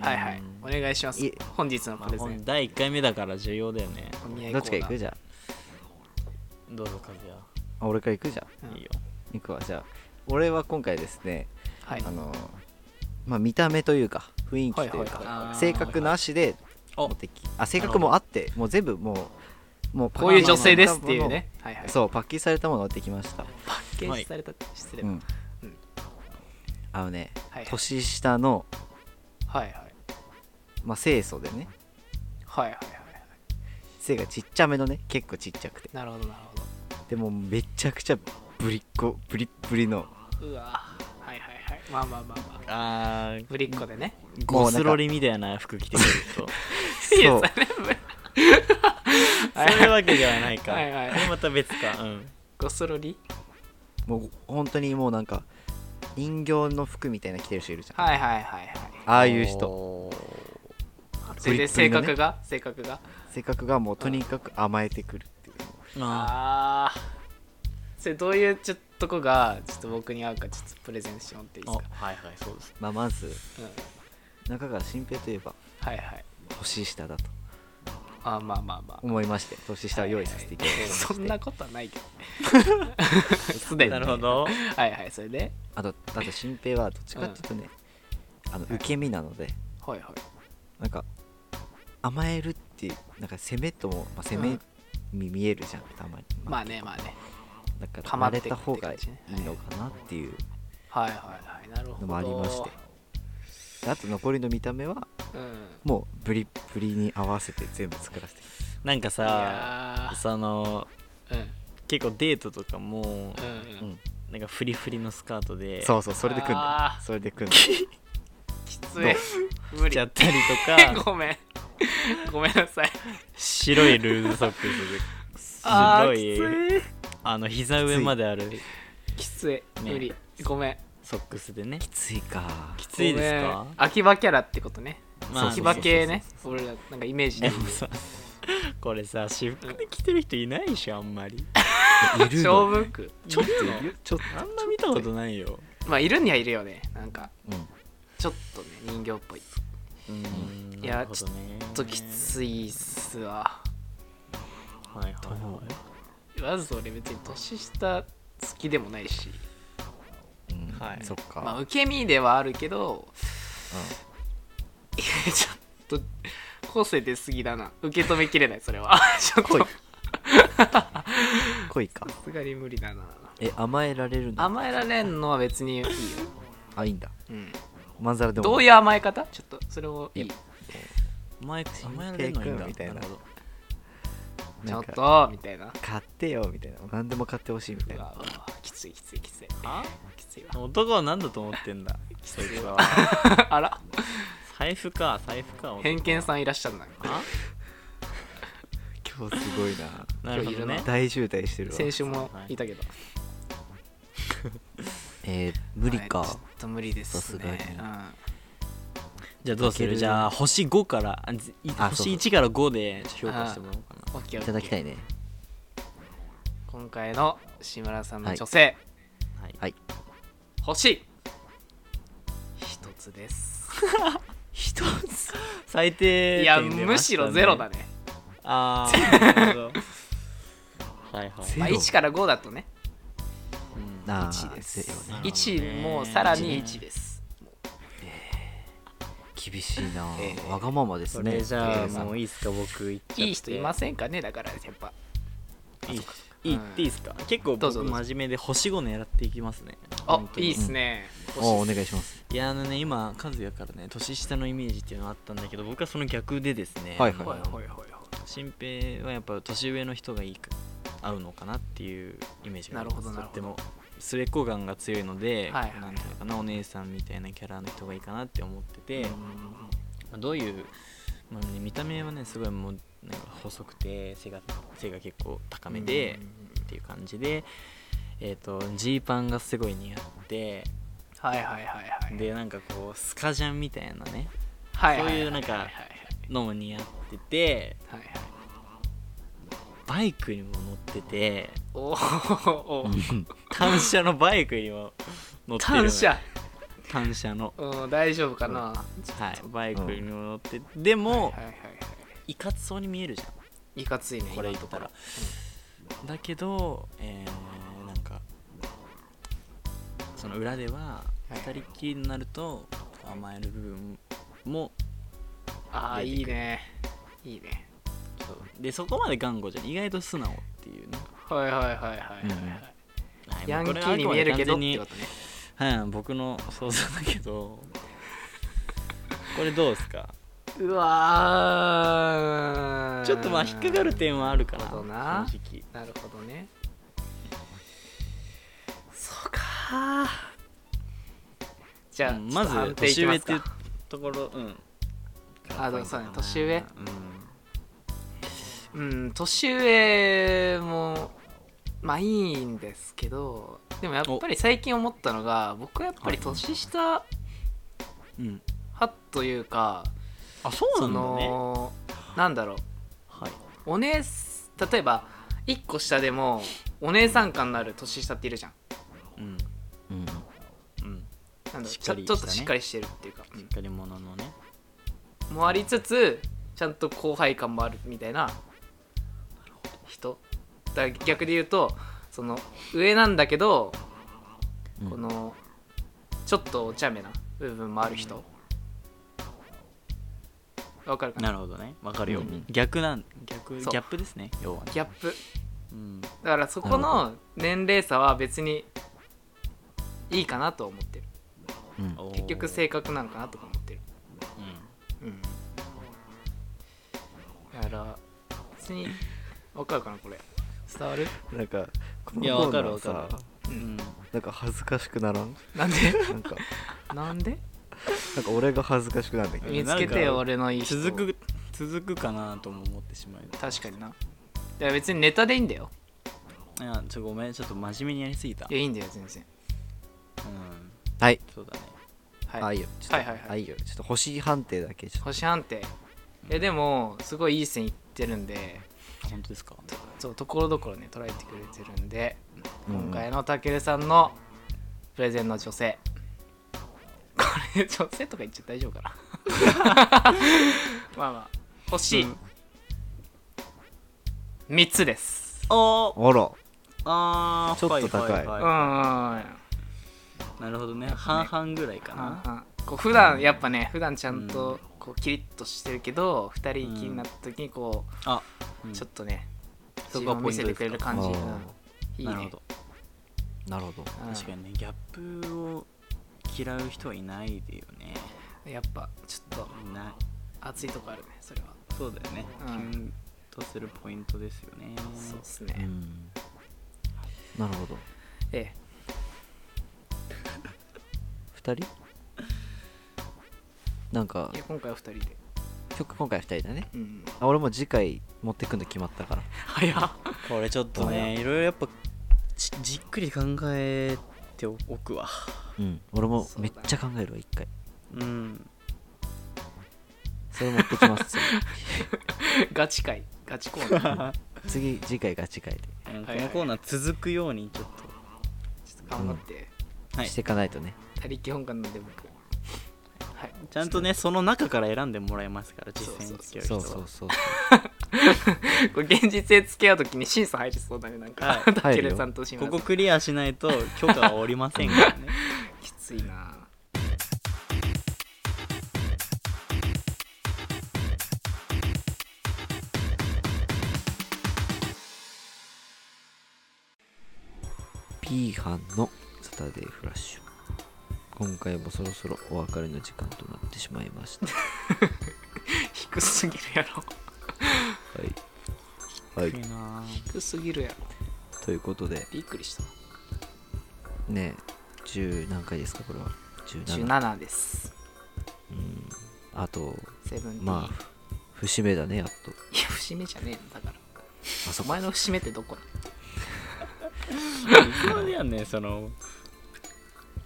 B: はいは
C: う
B: い
C: ん
B: お願いします
A: い
B: 本日の
C: ま
B: プ
C: あ
B: レゼン
C: 第1回目だから重要だよね
B: お見合い
A: どっちから行
B: コー
A: く
B: ナー
A: じゃ
C: どうぞ和也
A: ああ俺から行くじゃ
B: うん
C: いいよ
A: ん行くわじゃあ俺は今回ですね
B: はい
A: あのまあ見た目というか雰囲気という
B: はい
A: か
B: はいはい
A: 性格なしで持ってきあ性格もあってもう全部もうもう
B: こういう女性ですっていうねはいはい
A: そうパッケージされたものを持ってきました
B: パッケージされたって失礼
A: う
B: はい
A: ん
B: うん
A: あのね
B: はい
A: 年下の
B: はいはい
A: まあ清楚でね
B: はいはいはい
A: 背がちっちゃめのね結構ちっちゃくて
B: なるほどなる
A: でもめちゃくちゃぶりっこぶりっぶりの
B: ほどうわはいはいはいまあまあまあまあ
C: あー
B: ぶりっ子でね
A: も
C: ゴ
A: うなんか
C: スロリみたいな服着てくると
B: いや
A: そう
B: それぶ
C: そういうわけではないか
B: はいはい
C: これまた別かうん
B: ゴスロリ
A: もう本当にもうなんか人形の服みたいな着てる人いるじゃん、
B: はいはいはいはい
A: ああいう人
C: 人
B: それで
A: プリップ
B: 性
A: リのね
B: 格が性格が
A: 性格がもうとにかく甘えてくるっていう
B: あ
C: あ
B: あそれどういうちょっとこがちょっと僕に合うかちょっとプレゼンしてもらっていい
C: あ
B: ですか
C: はいはいそうです
A: まあ、まず
B: うん
A: 中川新平といえば
B: はいはい
A: 年下だと
B: あーまあまあまあ
A: 思いまして年下を用意させていただきまして、 [LAUGHS]
B: そんなことはないけどすでに
C: なるほど
B: はいはいそれで
A: あとあと新平はどっちかっていうとね、あの受け身なので
B: はいはい
A: なんか甘えるっていうなんか攻めとも、まあ、攻めに見えるじゃんたまに、
B: まあねまあね
A: だから
B: 構
A: 離
B: って
A: れ
B: くって
A: た方がい
B: 感じね
A: いのかなっていう
B: はいはいはいなるほど
A: のもありましてであと残りの見た目は
B: うん
A: もうブリッブリに合わせて全部作らせて
C: なんか
B: い
C: さ
B: や
C: その
B: ーうん
C: 結構デートとかも
B: うんうん
C: なんかフリフリのスカートで
A: そうそうそれで組ん
B: あ
A: だ
B: ー
A: それで組んだ
B: きつい無
C: 着ちゃ
B: 理
C: ったりと
B: [LAUGHS]
C: か
B: ごめんごめんなさい
C: 白いルーズソックスで
B: あ
C: 白
B: ー
C: い
B: きつい
C: あの膝上まである
B: きつい無理ごめん
C: ソックスでね
A: きついか
C: きついですか
B: これ秋葉キャラってことね
A: まあ
B: 秋葉系ね
C: そう
B: 俺らなんかイメージ
C: そうそうそうで
B: で
C: もさこれさ私服で着てる人いないでしょあんまり
A: いる
B: 勝
A: の
B: 負服
A: ちょっと
C: いる
A: いるちょっ
C: あんま見たことないよ
B: まあいるにはいるよねなんか
A: とうん
B: ちょっとね人形っぽいち
C: うん
B: いや
C: なるほどね
B: ょっときついっすわ
C: はいはいはい
B: まず俺別に年下好きでもないし
A: うん
C: はい
A: そっか、
B: まあ受け身ではあるけどちょっと個性出すぎだな受け止めきれないそれ
C: [LAUGHS]
B: はちょっと
A: 恋
B: さ
A: うん、恋か
B: すがに無理だな
A: え甘えられるの
B: 甘えられんのは別にいいよ、
A: あいいんだ
B: うん、
A: まんざらでも
B: どういう甘え方ちょっとそれをいい
A: いや
C: マイク甘えられるのいいんだ
A: みたいな
C: るほど
B: ち
A: な
B: ょ
A: ん
B: っ
A: か
B: とみたいな
A: 買ってよみたいな何でも買ってほしいみたいうな
B: わうわきついきついきつい
C: あ
B: きついわ
C: 男は何だと思ってんだそいつは
B: あら
C: [LAUGHS] 財布か財布か
B: 偏見さんいらっしゃるな
C: あ
A: 今日すごいな
C: なるほどね
A: 大渋滞してるわ
B: 先週もいたけど、
A: えー、無理か、
B: はいちょっと無理ですね
A: さすが
C: じゃあどうす
A: いけ
C: る
A: る
C: じゃあ星5からあずい
A: あそうそう
C: 星1から5で評価してもらおうかな
B: うん、オッケーオッケー
A: いただきたいね
B: 今回の志村さんの女性、
C: はい
A: はい
B: 星一つです
C: 一つ最低
B: いや
C: 点出またね
B: むしろゼロだね、
C: ああなるほどはいはい
A: ゼ
B: まあ、
A: ロ
B: 1から5だとね
C: うん
A: なあ
B: 1です
A: ゼロね
B: 1もうさらに1です
A: 厳しいな、
B: えー
A: わがままで
C: そ
A: すね
C: れじゃあ
A: ヒデさん
C: もういいっすか僕行っちゃって
B: いい人いませんかねだからやっぱ
C: いいいいっていいっすか結構
B: どうぞ
C: 僕
B: どうぞ
C: 真面目で星5狙っていきますね
B: あ
C: 本当に
B: いいっすね、
A: おおお願いします
C: いやあのね今和也からね年下のイメージっていうのがあったんだけど僕はその逆でですね
A: はいはい
B: ほいほいほいほ
C: 新平はやっぱ年上の人がいいか合うのかなっていうイメージがあります
B: なるほどなるほど
C: とっても末っ子感が強いので、
B: はいはい
C: なんていうのかなお姉さんみたいなキャラの人がいいかなって思ってて、まあどういう、まあね、見た目はねすごいもうなんか細くて背が背が結構高
B: い
C: めでっていう感じでえーとジー、パンがすごい似合って
B: はいはいはいはい
C: でなんかこうスカジャンみたいなね
B: は
C: そういうなんか
B: はいはい
C: のも似合ってて
B: はいはい
C: バイクにも乗ってて
B: おーおー
C: 単車のバイクにも乗ってるのよ
B: 単車
C: 単車の
B: うん大丈夫かな、
C: はいバイクにも乗って、でも、
B: はいはいはい
C: かつそうに見えるじゃ
B: いいかついね
C: んこれ
B: 今の
C: 言っ
B: とこ
C: た
B: ろ
C: ら、だけどえー、なんかその裏ではい二人っきりになると甘える部分も
B: ああ
C: 出
B: い
C: て
B: い
C: くる
B: ねいいね
C: でそこまで頑固じゃん意外と素直っていうね、
B: はいはいはいはいはい、
A: うん
C: はい
B: ヤンキ
C: まあこ
B: ー
C: れ
B: に
C: は
B: 見えるけど
C: あ
B: っ
C: くまで
B: て
C: 完
B: こと
C: 全
B: ね
C: にはい僕の想像だけどこれどうですか
B: うわー
C: ちょっとまあ引っかかる点はあるかな
B: なるほどな
C: 正直
B: なるほどねそうかじゃあ、
C: うん
B: ちょ
C: ま
B: っと
C: ず
B: 判定いき
C: 年上
B: ま
C: っ
B: す
C: ていう
B: か
C: ところうん
B: あそうそうね年上
C: う
B: うん年上もまあいいんですけどでもやっぱり最近思ったのが僕はやっぱり年下
C: ん、うん、
B: 派というか、
C: あそうな
B: そ
C: んだね
B: のなんだろう
C: はい
B: お姉す例えば1個下でもお姉さん感のある年下っているじゃん
C: うん
A: うん
C: う
B: な
C: ん
B: んだろう
C: しっ
B: ち
C: か
B: ょ
C: り
B: ちょっと
C: したね
B: しっかりしてるっていうか、
C: しっかり者のね
B: うんもありつつちゃんと後輩感もあるみたいな人だから逆で言うとその上なんだけど
A: うん
B: このちょっとお茶目な部分もある人わかるかな
C: なるほどねわかるよ、
A: うんうん
C: 逆なん逆ギ
B: そう
C: ャップですね要はね
B: ギャップ
C: うん
B: だからそこ
A: な
B: の年齢差は別にいいかなと思ってる
A: うん
C: おー
B: 結局性格なのかなとか思ってる
C: う
B: うんだから別にわかるかなこれ伝わる
A: なんかこ
C: いや
A: のコーナー
C: わかるわ
A: さ
C: かん、うん
A: なんか恥ずかしくならん
B: なんで
A: なんか
B: なんで
A: なんか俺が恥ずかしくなるんだけど
B: 見つけて
C: なん
B: よ
C: か
B: 俺のいい人
C: 続く続くかなとも思ってしまう
B: 確かにないや別にネタでいいんだよ
C: いやちょごめんちょっと真面目にやりすぎた
B: いやいいんだよ全然
C: うん
A: はい
C: そうだね
B: はい、
A: あいいよちょっと
B: はいはいはい
A: あいいよちょっと星判定だけちょっと
B: 星判定えでもすごいいい線いってるんで
C: 本当ですか
B: そうところどころね捉えてくれてるんで
A: うん
B: 今回のたけるさんのプレゼンの女性これ女性とか言っちゃ大丈夫かな
C: [LAUGHS]
B: まあまあ星、3つです
C: あ
A: あら
C: あ
A: ちょっと高い
C: はは
B: う
C: は
B: んうんうん
C: なるほどね半々ぐらいかな
B: うんうんこう普段やっぱね普段ちゃんとこうキリッとしてるけど2人きりになった時にこう
C: あ
B: ち
C: ち
B: ょ
C: ょ
B: っ
C: っ
B: とね自
C: そこ
B: 分
C: が
B: を
C: ポ
B: 見
C: イント
B: せて
C: です
B: く
C: か
B: れる感じ
A: あ
B: う
A: ー
B: んい
C: と
B: いね
A: な
C: なるほど
A: るほど
B: うん
C: 確かにねギャップを嫌う人はいないでよね
B: やっぱちょっと
C: いない
B: 熱いとこあるねそれは
C: そうだよね
B: うん
C: キュンとするポイントですよね
B: そうっす
A: う
B: ね
A: んなるほど
B: ええ
A: 2人なんか
B: いや今回は2人で
A: 曲今回2人だね
B: うん
A: あ俺もう次回持ってくんの決まったから
B: 早っ
C: これちょっとねいろいろやっぱじじっくり考えておくわ
A: うん俺も
B: そう
A: め
B: だ
A: っ
B: ね
A: ちゃ考えるわ1回
C: [LAUGHS] うん
A: それ持ってきます
B: ガチ会ガチコーナ
C: [LAUGHS]
B: ー
A: 次次回が次回で
C: うんこ
B: はいはい
C: のコーナー続くようにちょっ
B: ちょっと頑張って
C: と、はい、
A: して
C: ち
A: いかないとね
B: 他力本願なんで僕はい
C: ゃんとねその中から選んでもらえますから実
B: そう
C: 際に付き合う人
A: そ
C: は
A: うそうそう
B: [LAUGHS] これ現実へ付き合う時に審査入りそうだねなんか
C: はい
B: たけるさんとしま
C: ここクリアしないと許可はおりませんから [LAUGHS] ね
B: きついな
A: P 班のサタデーフラッシュ今回もそろそろお別れの時間となってしまいましたは
B: 低すぎるやろ
A: い
B: [LAUGHS]
A: はい
C: いいなぁ
B: 低すぎるやろ
A: ということで
B: びっくりした
A: ね10何回ですかこれは17
B: 17です
A: あと
B: セブンティーン
A: まあ節目だねやっと
B: いや節目じゃねえのだから
A: あそ
B: お
A: こ
B: 前の節目ってどこなの
C: いつまでやんねんその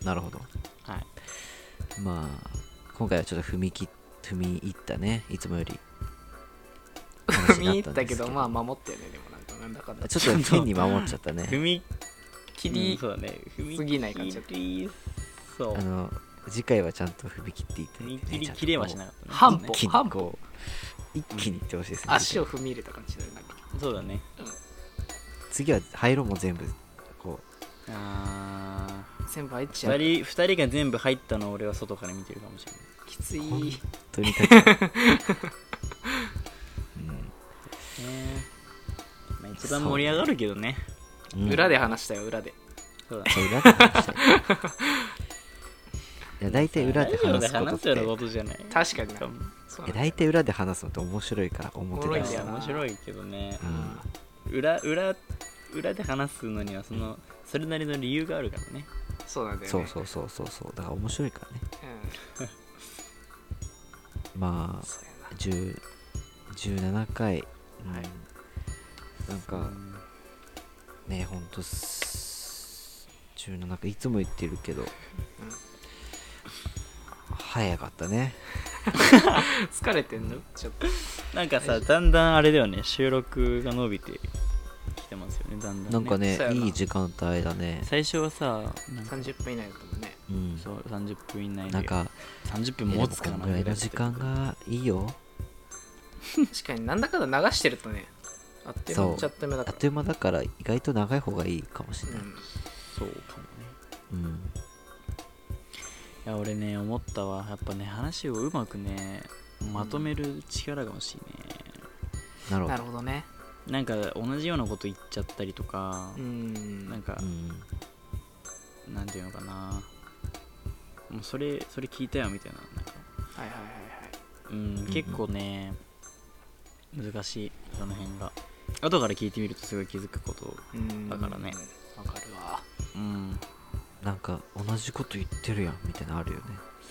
A: なるほど
C: はい
A: まあ今回はちょっと踏み切っ踏み入ったねいつもよ
B: [LAUGHS]
A: り話にな
B: 見入
A: た
B: っ
A: ん
B: た
A: で
B: け
A: す
B: どまあ守ったよねでもなんかなんだかんだ
A: ちょっと変に守っちゃったね
C: 踏み
B: 切
C: う
B: り
C: んそうだね踏み
B: 過ぎない感じだ
C: 切りそう
A: あの次回はちゃんと踏み切っていただ
C: 踏
A: い
C: み
A: て、
C: 切
A: ね、
C: り
A: ちゃんと
C: 切れはしなかったね
B: 半
A: 一
B: 歩
A: 気に
B: 半歩
A: こう一気にいってほしいですね
B: 足を踏み入れた感じだよなんか
C: そうだね
A: 次は入ろうも全部こ
C: あー
B: 全部入っちゃう
C: 二人二人が全部入ったのを俺は外から見てるかもしれない
B: きつい
A: いうとにかく
C: ねまあ、一番盛り上がるけどね
A: うん、うん
B: 裏で話したよ裏で
C: そうだね
A: そう裏で話したいいや大体裏で話すこ
C: ラ
A: と
C: ジ
A: っ
C: オで話すような
A: て
C: ことじゃない
B: 確かにな
C: 多分
B: そう
A: え
B: なんだ
A: 大体裏で話すのって面白いから表
B: おもろい
A: で
B: んだよな
C: 面白いけどね
A: う、ん
C: 裏裏裏で話すのにはそのそれなりの理由があるからね
B: そうなんだよね
A: そうそうそうそうそうだから面白いからね
B: うん
A: まあ
B: そうやな
A: 10 17回、うん
B: はい
A: なんかねほんとす17回いつも言ってるけど、早かったね
B: 疲れてんのちょっと
C: なんかさだんだんあれだよね収録が伸びてきてますよねだんだん、ね、
A: なんかね
B: そうやない
A: い時間帯だね
C: 最初はさなんか
B: 30分以内だったもんね
A: うん
C: そう30分以内で
A: なんか
C: 30分
A: えでも
C: 持つ
A: こ
C: か
A: ん
C: な
A: ぐらいの時間がいいよ
B: 確かになんだかんだ流してるとねあっという間
A: そう
B: っちゃあっという間だ
A: あ
B: か
A: っ
B: ら
A: という間だから意外と長い方がいいかもしれない、
B: うん
C: そうかもね
A: うん
C: いや俺ね思ったわやっぱね話をうまくねまとめる力が欲しいね、
A: なるほ
B: な
A: ど
B: るほどね
C: なんか同じようなこと言っちゃったりとか
B: う、ん
C: なんか
A: う、ん
C: なんていうのかなもうそれそれ聞いたよみたいななんか、
B: はいはいはい
C: うん
A: うん
C: 結構ね難しいその辺が後から聞いてみるとすごい気づくこと
B: はいうん
C: だからね
B: わかるわ
C: うん
A: なんか同じこと言ってるやんみたいなのあるよね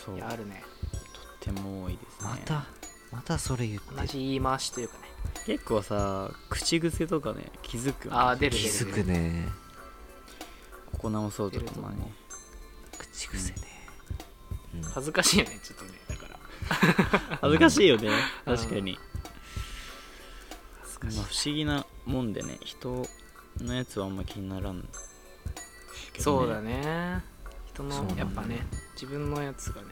C: そう
B: いやあるね
C: とっても多いですね
A: またまたそれ言って
B: 同じ言い回しというかね
C: 結構さ口癖とかね気づくよね
B: あー出る
A: 気
B: 出る
A: づくね
C: ここ直そうとかもね
A: 口癖ね、うん
B: 恥ずかしいよねちょっとねだから
C: 恥ずかしいよね確か
B: 恥ず
C: に、まあ
B: かしい、
C: 不思議なもんでね人のやつはあんま気にならん、けど
B: そうだね
A: そ
B: 人
A: うなん
B: の
A: だ
B: やっぱね自分のやつがね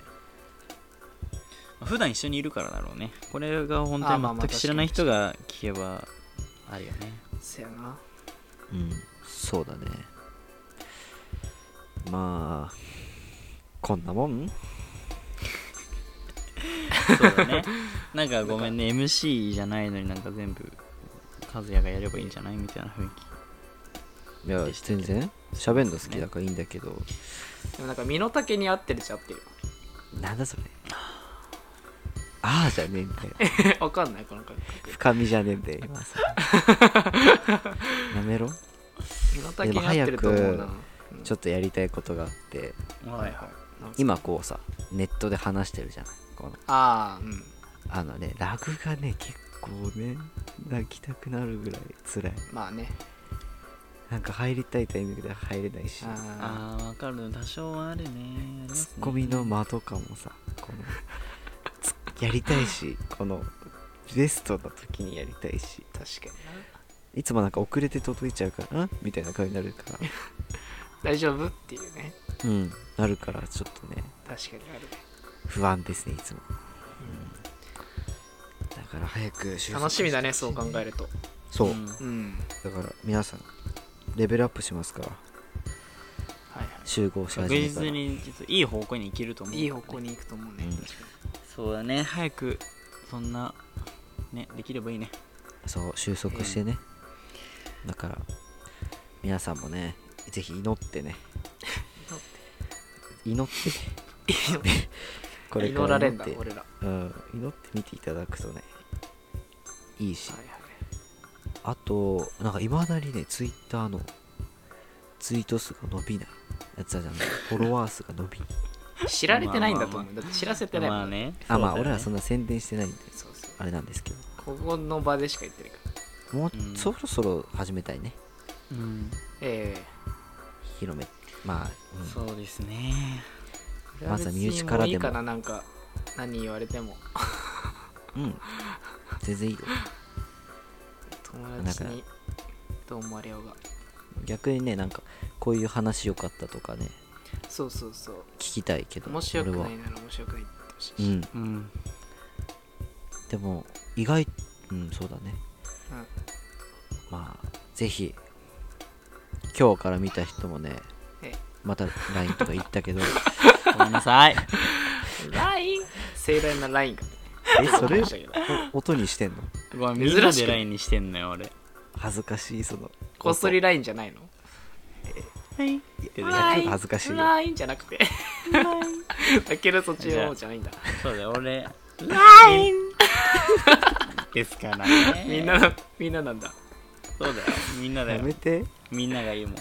C: まあ普段一緒にいるからだろうねこれが
B: あ
C: 本
B: ー
C: 当
B: まあ
C: に
B: まあ
C: 全く知らない人が聞けばあるよね
B: せやな
A: うんそうだねまあこんなもん
C: そうだねなんかごめんね MC じゃないのになんか全部和也がやればいいんじゃないみたいな雰囲気
A: いや
C: でしたけ
A: 全
C: ど
A: 然喋んの好きだからいいんだけど、
B: でもなんか身の丈に合ってるっちゃ合ってる
A: なんだそれああじゃねえんだよ [LAUGHS]
B: [LAUGHS] わかんないこの感覚
A: 深みじゃねえんだよ今さやめろ
B: 身の丈に合ってると思うなうん
A: ちょっとやりたいことがあって
B: はいはいなんか
A: 今こうさネットで話してるじゃないこの
B: ああうん
A: あのねラグがね結構ね泣きたくなるぐらい辛い
B: まあね
A: なんか入りたいタイミングで入れないし
B: あ
C: ああわかる多少はあるねあります
A: ツ
C: ね
A: ッコミの間とかもさこのつやりたいしこのベストの時にやりたいし
B: あ確かにない
A: つもなんか遅れて届いちゃうからんみたいな顔になるから
B: 大丈夫っていうね
A: うんなるからちょっとね
B: 確かにあるね
A: 不安ですねいつも、うんだから早く収束
B: 楽しみだね
A: して
B: そう
A: ほ
B: 考
A: い
B: えると
A: そう、
C: うん
B: うん
A: だから皆さんレベルアップしますから
B: はいは
A: 集合し
C: 確
A: 始めたら
C: 実にちょっといい方向に行けると思う
B: いいい方向に行くと思うね
A: うん
B: 確か
C: そうだね早くそんなねできればいいね
A: そう収束してね、だから皆さんもねぜひ祈ってね祈って
B: に
A: これか
B: 祈ら
A: ら
B: れ
A: 祈
B: ん
A: っ
B: だ
A: て
B: 俺らは
A: うん、祈ってみていただくとねいいし、
B: いはい
A: あとなんかいまだにねツイッターのツイート数が伸びないやつだじゃんフォロワー数が伸びない
B: 知られてないんだと思うだって知らせてないもん
C: まあね
A: あまあ
C: そうだよね
A: 俺らそんな宣伝してないんで
B: そうそう
A: あれなんですけど
B: ここの場でしか言ってないから
A: もう、
C: うん
A: そろそろ始めたいね
C: うん
B: え
A: 広めまあ、うん
C: そうですね
B: え
A: まずは身内からでも
B: いいかななんか何言われても
A: うん。全然いいよ。
B: 友達にどう思われようが
A: 逆にね、なんか、こういう話良かったとかね、
B: そうそうそう
A: 聞きたいけど、
B: 面白くな
A: 俺
B: い
A: は。
B: なら面白くないって言ってほし
A: う
B: いし、
A: ん。
C: うん
A: でも、意外、うん、そうだね。
B: うん
A: まあ、ぜひ、今日から見た人もね、
B: え
A: また LINE とか言
B: [LAUGHS]
A: ったけど、
C: ごめんなさい
B: え、ライン盛大なラインがね
A: え、それ
B: 出てましたけど
A: 音にしてんの
C: ごめん
B: 珍しく
C: 珍しいラインにしてんのよ俺
A: 恥ずかしい、その。
B: こっそりラインじゃないの
C: はい
A: いや
B: ライン
A: ちょっと恥ずかしいよ
B: ラインじゃなくてだけどそっちの方じゃないんだ
C: そうだよ俺ライン [LAUGHS] ですからね
B: みんなのみんななんだ
C: そうだよみんなだ
A: やめ
C: よ
A: て。
C: みんなが言うもん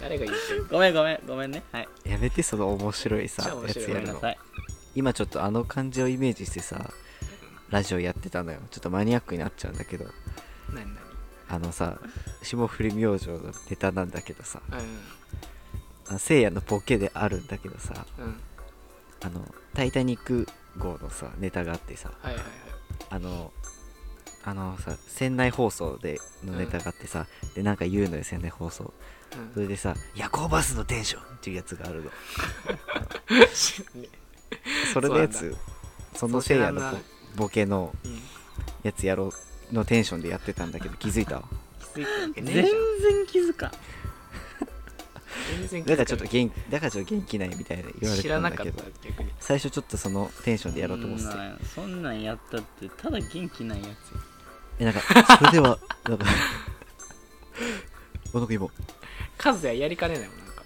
B: 誰が言ってる
C: ごめんごめんごめんねはい
A: やめて、その面白いさ
B: めっちゃ、面
A: や
B: 白い
A: つ
C: ご
A: やる
C: めんな
A: の。
C: さい
A: 今ちょっとあの感じをイメージしてさ、ラジオやってたのよ。ちょっとマニアックになっちゃうんだけど。
B: 何
A: あのさ霜降り明星のネタなんだけどさ
B: 何
A: あせいやのボケであるんだけどさ
B: うんうん
A: あの「タイタニック号」のさネタがあってさ
B: はいはいはい
A: あのあのさ船内放送でのネタがあってさ、でなんか言うのよ船内放送
B: うん
A: それでさ「夜行バスのテンション」っていうやつがあるの
B: ね
A: それのやつそのせいやの
B: そう知ら
A: ボ
B: ない
A: ボケの
B: うん
A: やつやろうのテンションでやってたんだけど気づい
B: [LAUGHS]
A: た
B: 気づいたわけねえ
C: 全
B: じ
C: 然気づかん
B: ゃん全然気づ
A: だからちょ
B: い
A: ったと元気だからちょっと元気ないみたいな言われ
B: 知
A: て
B: ら
A: たん
B: な
A: だ
B: かっ
A: けど
B: た逆に
A: 最初ちょっとそのテンションでやろうと思ってて
C: そんなんそんなんやったってただ元気ないやつ
A: えなんかそれではなんかおなんか今
B: カズヤやりかねないもんなんか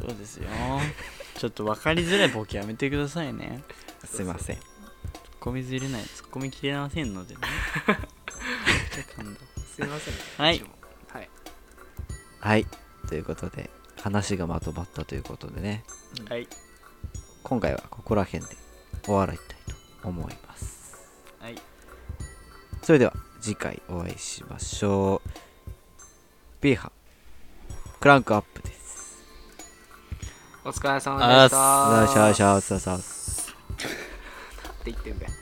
C: そうですよ [LAUGHS] ちょっと分かりづらいボケやめてくださいね
A: すいません
C: ツッコミずれないツッコミ切れませんので [LAUGHS] ねめっちゃ噛んだ
B: すいませんね
C: はい
B: こっちもはい
A: はいということで話がまとまったということでね
C: はい
A: 今回はここら辺で終わりたいと思います
C: はい
A: それでは次回お会いしましょう B 班クランクアップですお疲れ様で
D: あー
A: した
B: よしよしよしよしよし
A: って言ってんだよ